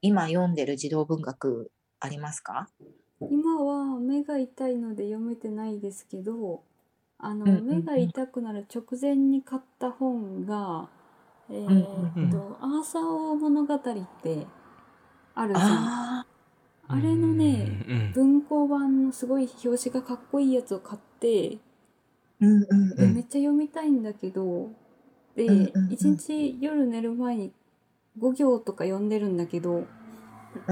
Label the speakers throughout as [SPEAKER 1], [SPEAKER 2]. [SPEAKER 1] 今読んでる児童文学ありますか
[SPEAKER 2] 今は目が痛いので読めてないですけどあの、
[SPEAKER 1] うんうんうん
[SPEAKER 2] 目が痛くなる直前に買った本がえーっ
[SPEAKER 1] うん
[SPEAKER 3] うん
[SPEAKER 2] と、アーサー王物語ってあるじゃんあ
[SPEAKER 1] あ
[SPEAKER 2] れのね
[SPEAKER 3] うん
[SPEAKER 2] 文庫版のすごい表紙がかっこいいやつを買って
[SPEAKER 1] ーうんうんう
[SPEAKER 2] で
[SPEAKER 1] ん
[SPEAKER 2] めっちゃ読みたいんだけどで、
[SPEAKER 1] うんうんうん
[SPEAKER 2] 一日夜寝る前に5行とか読んでるんだけど
[SPEAKER 1] うん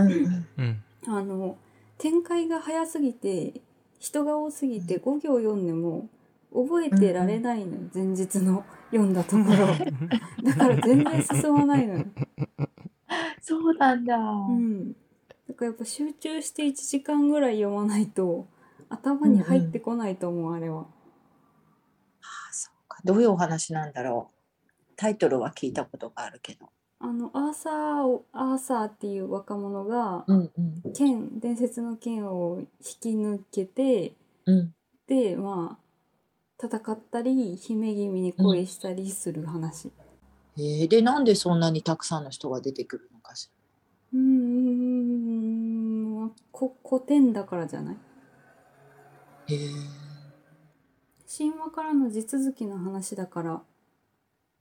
[SPEAKER 1] うん
[SPEAKER 3] うん
[SPEAKER 2] あの展開が早すぎて人が多すぎて5行読んでも覚えてられないのよ、前日の読んだところだから全然進まないのよ、
[SPEAKER 1] そうなんだ、
[SPEAKER 2] うん、だからやっぱ集中して1時間ぐらい読まないと頭に入ってこないと思う、あれは
[SPEAKER 1] あそうかどういうお話なんだろうタイトルは聞いたことがあるけど
[SPEAKER 2] あのアーサーをアーサーっていう若者が
[SPEAKER 1] うんうん
[SPEAKER 2] 剣伝説の剣を引き抜けて
[SPEAKER 1] うん
[SPEAKER 2] でまあ戦ったり姫君に恋したりする話。
[SPEAKER 1] えー、でなんでそんなにたくさんの人が出てくるのかし
[SPEAKER 2] うーんこ古典だからじゃない
[SPEAKER 1] らへえ
[SPEAKER 2] 神話からの地続きの話だから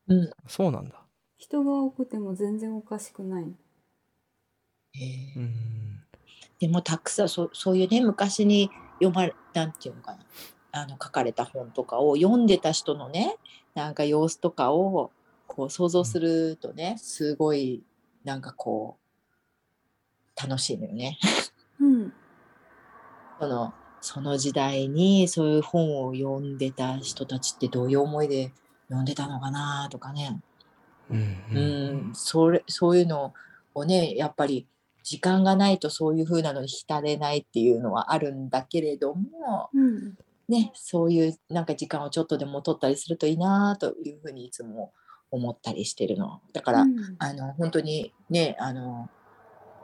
[SPEAKER 1] うん
[SPEAKER 3] そうなんだ。
[SPEAKER 2] 人が多くても全然おかしくない。
[SPEAKER 1] へー
[SPEAKER 3] うん
[SPEAKER 1] でもたくさんそうそういうね昔に読まれなんていうのかなあの書かれた本とかを読んでた人のねなんか様子とかをこう想像するとね、すごいなんかこう楽しいのよね。
[SPEAKER 2] うん
[SPEAKER 1] そのその時代にそういう本を読んでた人たちってどういう思いで読んでたのかなとかね、
[SPEAKER 3] うん
[SPEAKER 1] う
[SPEAKER 3] う
[SPEAKER 1] ん、
[SPEAKER 3] ん
[SPEAKER 1] それそういうのをねやっぱり時間がないとそういう風なのに浸れないっていうのはあるんだけれども、
[SPEAKER 2] うん
[SPEAKER 1] ね、そういうなんか時間をちょっとでも取ったりするといいなという風にいつも思ったりしてるの。だから、
[SPEAKER 2] うん
[SPEAKER 1] あの本当にねあの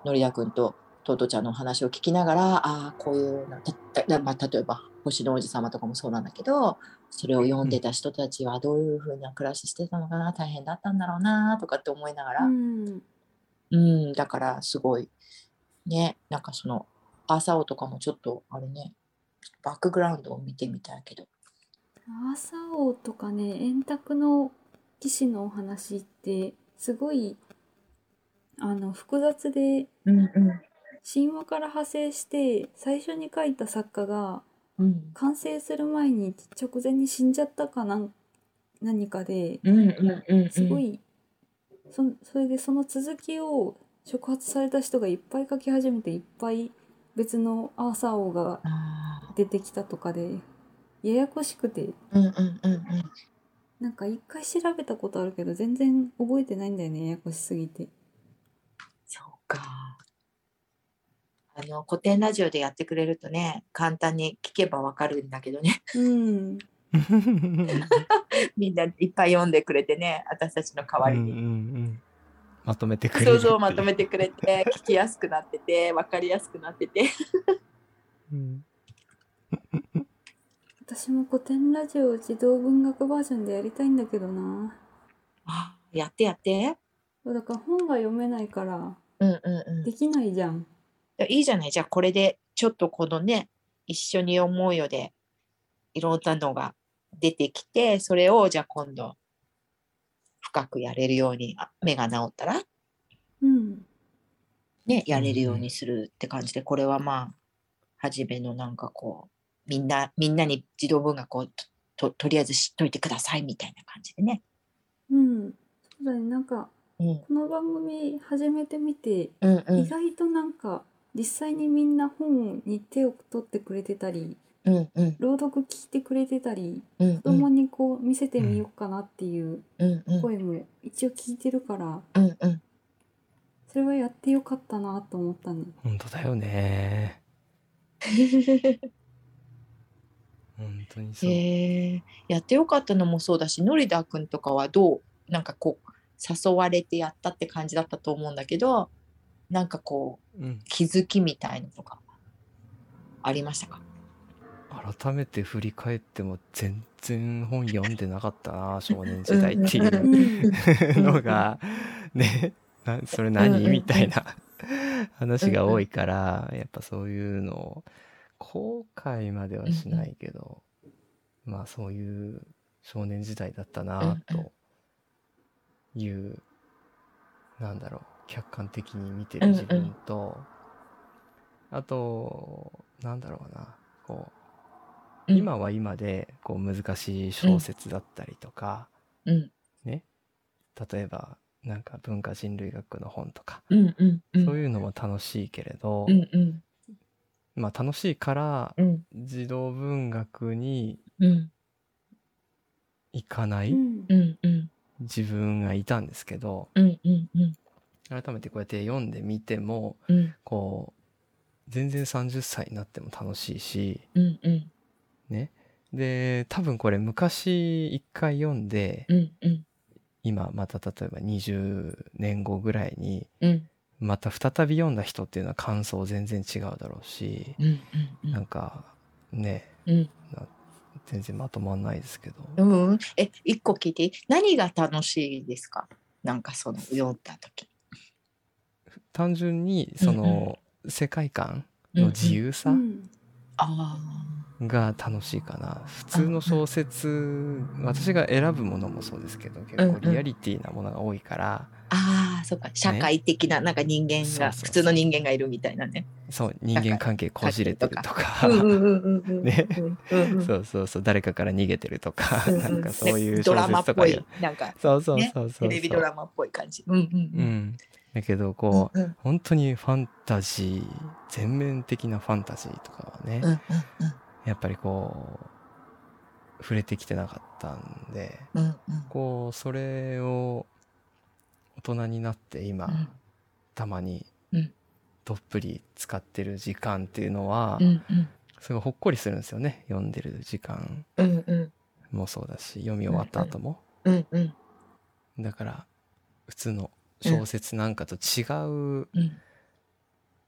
[SPEAKER 1] のりだくんととうとうちゃんのお話を聞きながらああこういうのたただまあ、例えば「星の王子様」とかもそうなんだけどそれを読んでた人たちはどういうふうな暮らししてたのかな大変だったんだろうなとかって思いながら、
[SPEAKER 2] う
[SPEAKER 1] うん
[SPEAKER 2] ん
[SPEAKER 1] だからすごいねなんかその朝王とかもちょっとあれねバックグラウンドを見てみたいけど。
[SPEAKER 2] アーサー王とかね円卓の騎士のお話ってすごいあの複雑で
[SPEAKER 1] うんうん
[SPEAKER 2] 神話から派生して最初に書いた作家が
[SPEAKER 1] うん
[SPEAKER 2] 完成する前に直前に死んじゃったかなん何かで
[SPEAKER 1] うんうんうんうん
[SPEAKER 2] すごい、そそれでその続きを触発された人がいっぱい書き始めていっぱい別のアーサー王が
[SPEAKER 1] あ
[SPEAKER 2] 出てきたとかでややこしくて
[SPEAKER 1] ーうんうんうんうん
[SPEAKER 2] なんか一回調べたことあるけど全然覚えてないんだよねややこしすぎて。
[SPEAKER 1] そうか。あの古典ラジオでやってくれるとね、簡単に聞けばわかるんだけどね、
[SPEAKER 2] うん、
[SPEAKER 1] みんないっぱい読んでくれてね、私たちの代わり
[SPEAKER 3] うん
[SPEAKER 1] に。
[SPEAKER 3] うんうんまとめてくれる
[SPEAKER 1] そうそうまとめて
[SPEAKER 3] て、
[SPEAKER 1] くれて、聞きやすくなってて、わかりやすくなってて。
[SPEAKER 3] うん
[SPEAKER 2] 私も古典ラジオを児童文学バージョンでやりたいんだけどな
[SPEAKER 1] あやってやって。
[SPEAKER 2] だから本が読めないから
[SPEAKER 1] うんうん
[SPEAKER 2] できないじゃん。
[SPEAKER 1] うん。いいじゃない、じゃあこれでちょっとこのね、一緒に思うよで、いろんなのが出てきて、それをじゃあ今度、深くやれるように、あ目が治ったら
[SPEAKER 2] うん、
[SPEAKER 1] ね、やれるようにするって感じで、これはまあ、初めのなんかこう、みんな、みんなに児童文学をとととりあえず知っといてくださいみたいな感じでね。
[SPEAKER 2] うん、そうだねなんか
[SPEAKER 1] うん。
[SPEAKER 2] この番組始めてみて、
[SPEAKER 1] うんう
[SPEAKER 2] 意
[SPEAKER 1] ん。
[SPEAKER 2] 外となんか実際にみんな本に手を取ってくれてたり
[SPEAKER 1] うんうん。
[SPEAKER 2] 朗読聞いてくれてたり
[SPEAKER 1] うん
[SPEAKER 2] 子供にこう見せてみようかなっていう
[SPEAKER 1] うんうん。
[SPEAKER 2] 声も一応聞いてるから
[SPEAKER 1] うんうん。
[SPEAKER 2] それはやってよかったなと思ったね。
[SPEAKER 3] 本当だよね本当にそう、
[SPEAKER 1] へえやってよかったのもそうだし、ノリダー君とかはどう、なんかこう、誘われてやったって感じだったと思うんだけど、なんかこう、
[SPEAKER 3] うん、
[SPEAKER 1] 気づきみたいのとか、ありましたか
[SPEAKER 3] 改めて振り返っても全然本読んでなかったな少年時代ってい
[SPEAKER 1] うんうん
[SPEAKER 2] う
[SPEAKER 3] うんのがねなそれ何
[SPEAKER 1] うんうん
[SPEAKER 3] みたいな話が多いから、やっぱそういうのを後悔まではしないけど、まあそういう少年時代だったな
[SPEAKER 1] うんう
[SPEAKER 3] という、なんだろう客観的に見てる自分と、あとなんだろうなこ
[SPEAKER 1] う
[SPEAKER 3] う
[SPEAKER 1] ん
[SPEAKER 3] 今は今でこう難しい小説だったりとか、
[SPEAKER 1] うん
[SPEAKER 3] ね例えばなんか文化人類学の本とか、
[SPEAKER 1] うんうんうん
[SPEAKER 3] そういうのも楽しいけれど、
[SPEAKER 1] うんうん
[SPEAKER 3] まあ楽しいから
[SPEAKER 1] うん
[SPEAKER 3] 児童文学に
[SPEAKER 1] うん
[SPEAKER 3] 行かな
[SPEAKER 2] う
[SPEAKER 3] い
[SPEAKER 2] ん
[SPEAKER 1] うんうん
[SPEAKER 3] 自分がいたんですけど、
[SPEAKER 1] うんうんうん
[SPEAKER 3] 改めてこうやって読んでみても
[SPEAKER 1] うん
[SPEAKER 3] こう全然30歳になっても楽しいし
[SPEAKER 1] うんうん
[SPEAKER 3] ねで多分これ昔一回読んで
[SPEAKER 1] うんうん
[SPEAKER 3] 今また例えば20年後ぐらいに
[SPEAKER 1] うん
[SPEAKER 3] また再び読んだ人っていうのは感想全然違うだろうし
[SPEAKER 1] うんうん
[SPEAKER 3] なんかね
[SPEAKER 1] うん
[SPEAKER 3] 全然まとまんないですけど、
[SPEAKER 1] うんうんえ一個聞いていい何が楽しいですかなんかその読んだ時
[SPEAKER 3] 単純にその世界観の自由
[SPEAKER 2] う
[SPEAKER 3] さ
[SPEAKER 2] ん
[SPEAKER 1] あ
[SPEAKER 3] が楽しいかな普通の小説私が選ぶものもそうですけど結構リアリティなものが多いから、
[SPEAKER 1] ーあーそうか社会的ななんか人間
[SPEAKER 3] そうそう
[SPEAKER 1] が
[SPEAKER 3] そう
[SPEAKER 1] 普通の人間がいるみたいなね
[SPEAKER 3] そう人間関係こじれてるとか
[SPEAKER 1] うんうんうんうんうん
[SPEAKER 3] ね
[SPEAKER 1] うんうん
[SPEAKER 3] そうそうそう誰かから逃げてるとか、
[SPEAKER 1] うん
[SPEAKER 3] なんかそういう
[SPEAKER 1] ね
[SPEAKER 3] 小
[SPEAKER 1] ドラマっ
[SPEAKER 3] 説と
[SPEAKER 1] ぽ
[SPEAKER 3] か
[SPEAKER 1] いなんか
[SPEAKER 3] そうそう
[SPEAKER 1] ね
[SPEAKER 3] そうそうそ
[SPEAKER 1] テ
[SPEAKER 3] う、
[SPEAKER 1] レビドラマっぽい感じ。うんうん
[SPEAKER 3] う
[SPEAKER 1] うん
[SPEAKER 3] んだけど
[SPEAKER 1] うん
[SPEAKER 3] こう、
[SPEAKER 1] うん
[SPEAKER 3] 本当にファンタジー全面的なファンタジーとかはね、
[SPEAKER 1] うんうん
[SPEAKER 3] やっぱりこう触れてきてなかったんで
[SPEAKER 1] うんうん
[SPEAKER 3] こうそれを大人になって今、たまに
[SPEAKER 1] うん
[SPEAKER 3] どっぷり使ってる時間っていうのは、
[SPEAKER 1] うんうん
[SPEAKER 3] すごいほっこりするんですよね読んでる時間
[SPEAKER 1] うんうん
[SPEAKER 3] もそうだし読み終わった後も、
[SPEAKER 1] うんうん
[SPEAKER 3] だから普通の小説なんかと違う
[SPEAKER 1] うん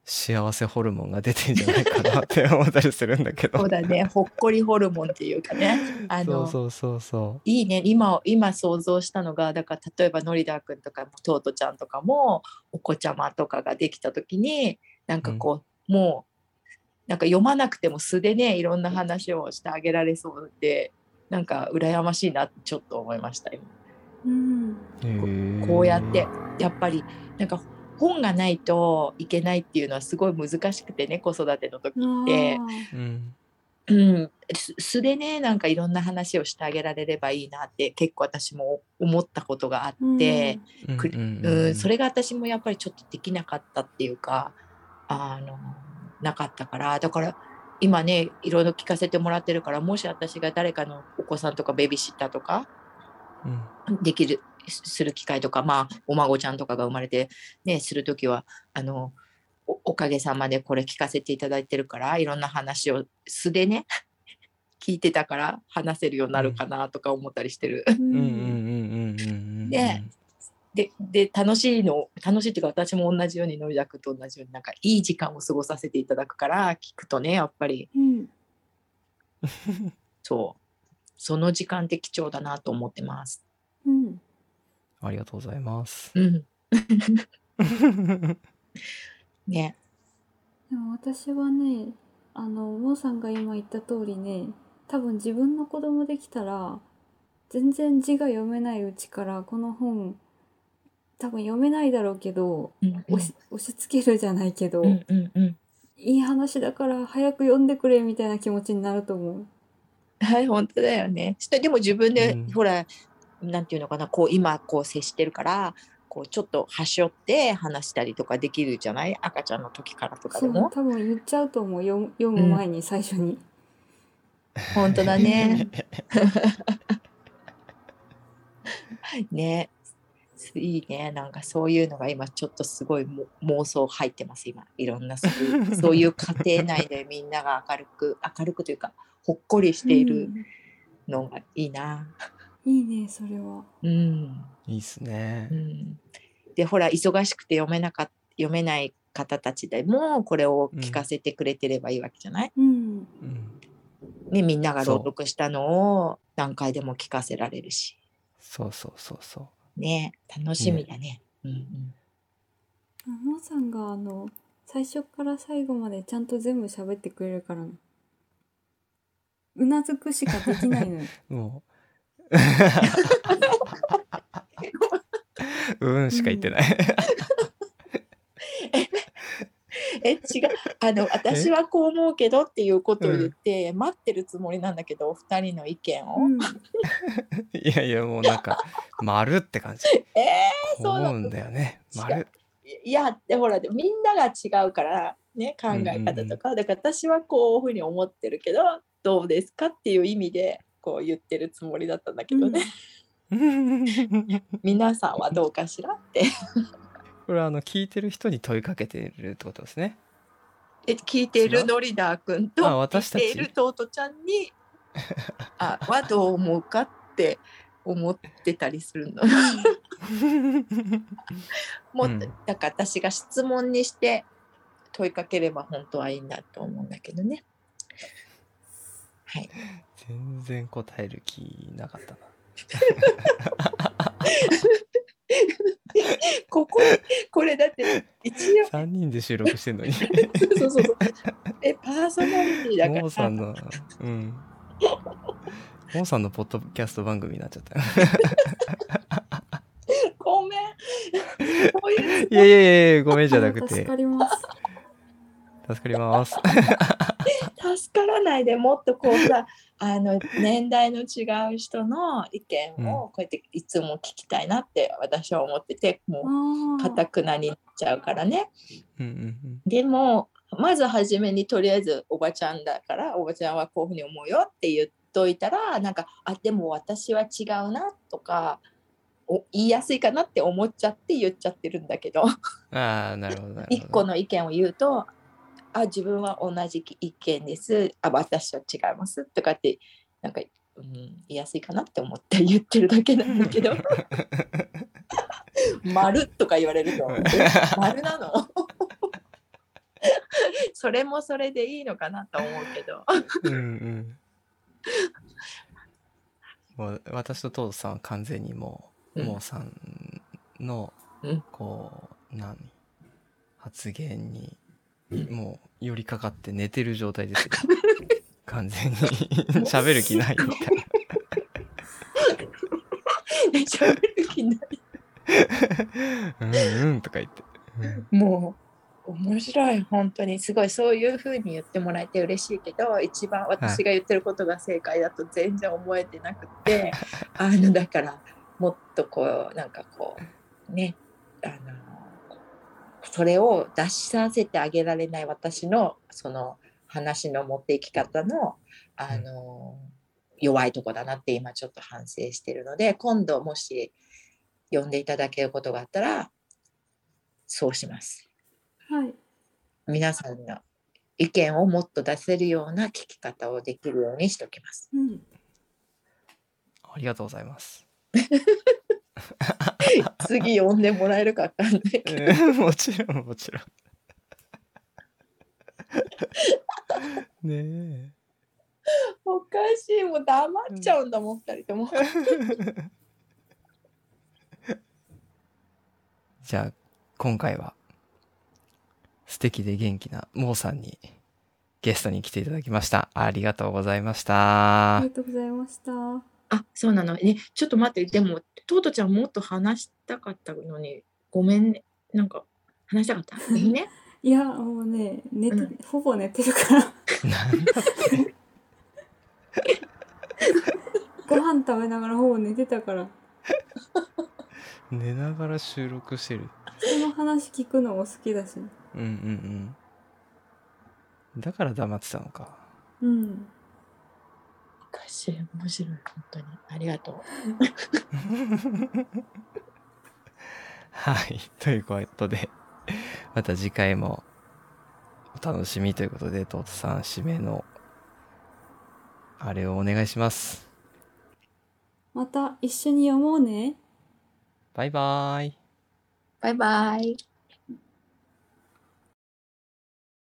[SPEAKER 3] 幸せホルモンが出てんじゃないかなって思ったりするんだけど
[SPEAKER 1] そうだねほっこりホルモンっていうかねあ
[SPEAKER 3] そ
[SPEAKER 1] の
[SPEAKER 3] うそうそうそ
[SPEAKER 1] いいね今今想像したのがだから例えばノリダーくんとかもトートちゃんとかもお子ちゃまとかができた時になんかこう、もうなんか読まなくても素でねいろんな話をしてあげられそうでなんか羨ましいなってちょっと思いました今
[SPEAKER 2] うん
[SPEAKER 3] うへえ
[SPEAKER 1] こうやってやっぱりなんか本がないといけないっていうのはすごい難しくてね子育ての時って
[SPEAKER 2] あ。
[SPEAKER 3] うん
[SPEAKER 1] うん、す素でねなんかいろんな話をしてあげられればいいなって結構私も思ったことがあ
[SPEAKER 2] ー
[SPEAKER 1] って、
[SPEAKER 3] うん
[SPEAKER 1] くうんそれが私もやっぱりちょっとできなかったっていうかあのなかったからだから今ねいろいろ聞かせてもらってるからもし私が誰かのお子さんとかベビーシッターとか
[SPEAKER 3] うん
[SPEAKER 1] できるすする機会とか、まあ、お孫ちゃんとかが生まれて、ね、する時はあのおおかげさまでこれ聞かせていただいてるからいろんな話を素でね 聞いてたから話せるようになるかなとか思ったりしてる。
[SPEAKER 2] う
[SPEAKER 3] うんうんうん
[SPEAKER 2] ん
[SPEAKER 3] うんうんうん
[SPEAKER 1] ででで楽しいの楽しいっていうか私も同じようにのりだくと同じようになんかいい時間を過ごさせていただくから聞くとねやっぱり
[SPEAKER 2] うん
[SPEAKER 1] そうその時間って貴重だなと思ってます。
[SPEAKER 2] うん
[SPEAKER 3] ありがとうございます
[SPEAKER 1] うん、ね、
[SPEAKER 2] でも私はねあのモーさんが今言った通りね多分自分の子供できたら全然字が読めないうちからこの本多分読めないだろうけど
[SPEAKER 1] うん
[SPEAKER 2] 押し押し付けるじゃないけど、
[SPEAKER 1] うんうんうん
[SPEAKER 2] いい話だから早く読んでくれみたいな気持ちになると思う。
[SPEAKER 1] はい、本当だよね。してでも自分で、
[SPEAKER 3] うん
[SPEAKER 1] ほら、なんていうのかな、こう今こう接してるから、こうちょっと端折って話したりとかできるじゃない赤ちゃんの時からとか
[SPEAKER 2] そ
[SPEAKER 1] で
[SPEAKER 2] う多
[SPEAKER 1] も。
[SPEAKER 2] 分言っちゃうと思う読読む前に最 初に。
[SPEAKER 1] 本当だ ね。ね。いいね。なんかそういうのが今ちょっとすごいも妄想入ってます、今。いろんなそういう、そういう家庭内でみんなが明るく、明るくというか、ほっこりしているのがいいな。
[SPEAKER 2] うんいいねそれは。
[SPEAKER 1] うん
[SPEAKER 3] いいっすね
[SPEAKER 1] うんでほら忙しくて読めなかっ読めない方たちでもこれを聞かせてくれてればいいわけじゃない、
[SPEAKER 2] うん
[SPEAKER 3] うん
[SPEAKER 1] ね、みんなが
[SPEAKER 3] そう
[SPEAKER 1] 朗読したのを何回でも聞かせられるし
[SPEAKER 3] そうそうそうそう
[SPEAKER 1] ね楽しみだね。うん
[SPEAKER 2] あのさんがあの最初から最後までちゃんと全部喋ってくれるからなうなずくしかできない のよ
[SPEAKER 3] も う。うんしか言ってない。
[SPEAKER 1] え違うあの私はこう思うけどっていうことを言って、待ってるつもりなんだけどお二人の意見を、
[SPEAKER 2] うん、
[SPEAKER 3] いやいや、もうなんか、丸って感じ。
[SPEAKER 1] えー、
[SPEAKER 3] こ
[SPEAKER 1] そううな
[SPEAKER 3] 思うん
[SPEAKER 1] の
[SPEAKER 3] だよね。丸。
[SPEAKER 1] いやってほらでみんなが違うからね考え方とか、だから私はこういうふうに思ってるけどどうですかっていう意味でこう言ってるつもりだったんだけどね、皆さんはどうかしらって
[SPEAKER 3] これはあの、聞いてる人に問いかけてるってことです ね。
[SPEAKER 1] え聞いているノリダー君と
[SPEAKER 3] あ私たち
[SPEAKER 1] 聞いているトートちゃんに あはどう思うかって思ってたりするの。 もっと
[SPEAKER 3] うん
[SPEAKER 1] だから私が質問にして問いかければ本当はいいんだと思うんだけどね。はい、
[SPEAKER 3] 全然答える気なかったな。
[SPEAKER 1] こここれだって一 応
[SPEAKER 3] 3人で収録して んのに。
[SPEAKER 1] そうそうそうえパーソナリティだから
[SPEAKER 3] モーさんの、うん。モーさんのポッドキャスト番組になっちゃった。
[SPEAKER 1] ごめんこういう
[SPEAKER 3] いやいやいや、ごめんじゃなくて
[SPEAKER 2] 助、かります
[SPEAKER 3] 助かります。
[SPEAKER 1] 助からないでもっとこうさあの年代の違う人の意見をこうやっていつも聞きたいなって私は思ってて
[SPEAKER 2] あ
[SPEAKER 1] もう
[SPEAKER 2] ー
[SPEAKER 1] かたくなになっちゃうからね。
[SPEAKER 3] うんうん
[SPEAKER 1] でもまず初めにとりあえずおばちゃんだからおばちゃんはこういうふうに思うよって言っといたらなんかあでも私は違うなとかお言いやすいかなって思っちゃって言っちゃってるんだけど
[SPEAKER 3] うん。ああ、なるほど、なるほど。
[SPEAKER 1] 一個の意見を言うとあ自分は同じ意見ですあ私は違いますとかってなんか、うん、言いやすいかなって思って言ってるだけなんだけど 丸とか言われると
[SPEAKER 3] うん
[SPEAKER 1] え丸なの それもそれでいいのかなと思うけど
[SPEAKER 3] うんうん。もう私と東堂さんは完全にもう、
[SPEAKER 1] うん
[SPEAKER 3] もうさんの
[SPEAKER 1] うん
[SPEAKER 3] こう何発言に
[SPEAKER 1] うん
[SPEAKER 3] もう寄りかかって寝てる状態 ですよ完全に喋る気ないみたいな
[SPEAKER 1] 喋る気ない
[SPEAKER 3] うんうんとか言って、うん
[SPEAKER 1] もう面白い本当にすごいそういうふうに言ってもらえて嬉しいけど一番私が言ってることが正解だと全然思えてなくてあのだからもっとこうなんかこうねあのそれを出しさせてあげられない私のその話の持っていき方のあの、弱いとこだなって今ちょっと反省してるので今度もし呼んでいただけることがあったらそうします。
[SPEAKER 2] はい
[SPEAKER 1] 皆さんの意見をもっと出せるような聞き方をできるようにしておきます。
[SPEAKER 2] うん
[SPEAKER 3] ありがとうございます、
[SPEAKER 1] 次呼んでもらえるかわかんない けど。
[SPEAKER 3] うんもちろんもちろんね
[SPEAKER 1] おかしい、もう黙っちゃうんだもん、二人とも。
[SPEAKER 3] え じゃあ今回は素敵で元気なモーさんにゲストに来ていただきましたありがとうございまし
[SPEAKER 2] あ
[SPEAKER 3] た
[SPEAKER 2] りがとうございました
[SPEAKER 1] あ、そうなの。ね、ちょっと待って、でも、トートちゃんもっと話したかったのに、ごめんね。なんか、話したかった。いいね。
[SPEAKER 2] いやもうね寝て、
[SPEAKER 1] うん
[SPEAKER 2] ほぼ寝てるから
[SPEAKER 3] なんだって
[SPEAKER 2] ご飯食べながらほぼ寝てたから
[SPEAKER 3] 寝ながら収録してる
[SPEAKER 2] 人の話聞くのも好きだし
[SPEAKER 3] うんうんうんだから黙ってたのか
[SPEAKER 2] うん
[SPEAKER 1] おかしい、面白い、本当に。ありがとう。
[SPEAKER 3] はい。ということで、また次回もお楽しみということで、トートさん、締めの、あれをお願いします。
[SPEAKER 2] また一緒に読もうね
[SPEAKER 3] バイバーイ。
[SPEAKER 1] バイバイ。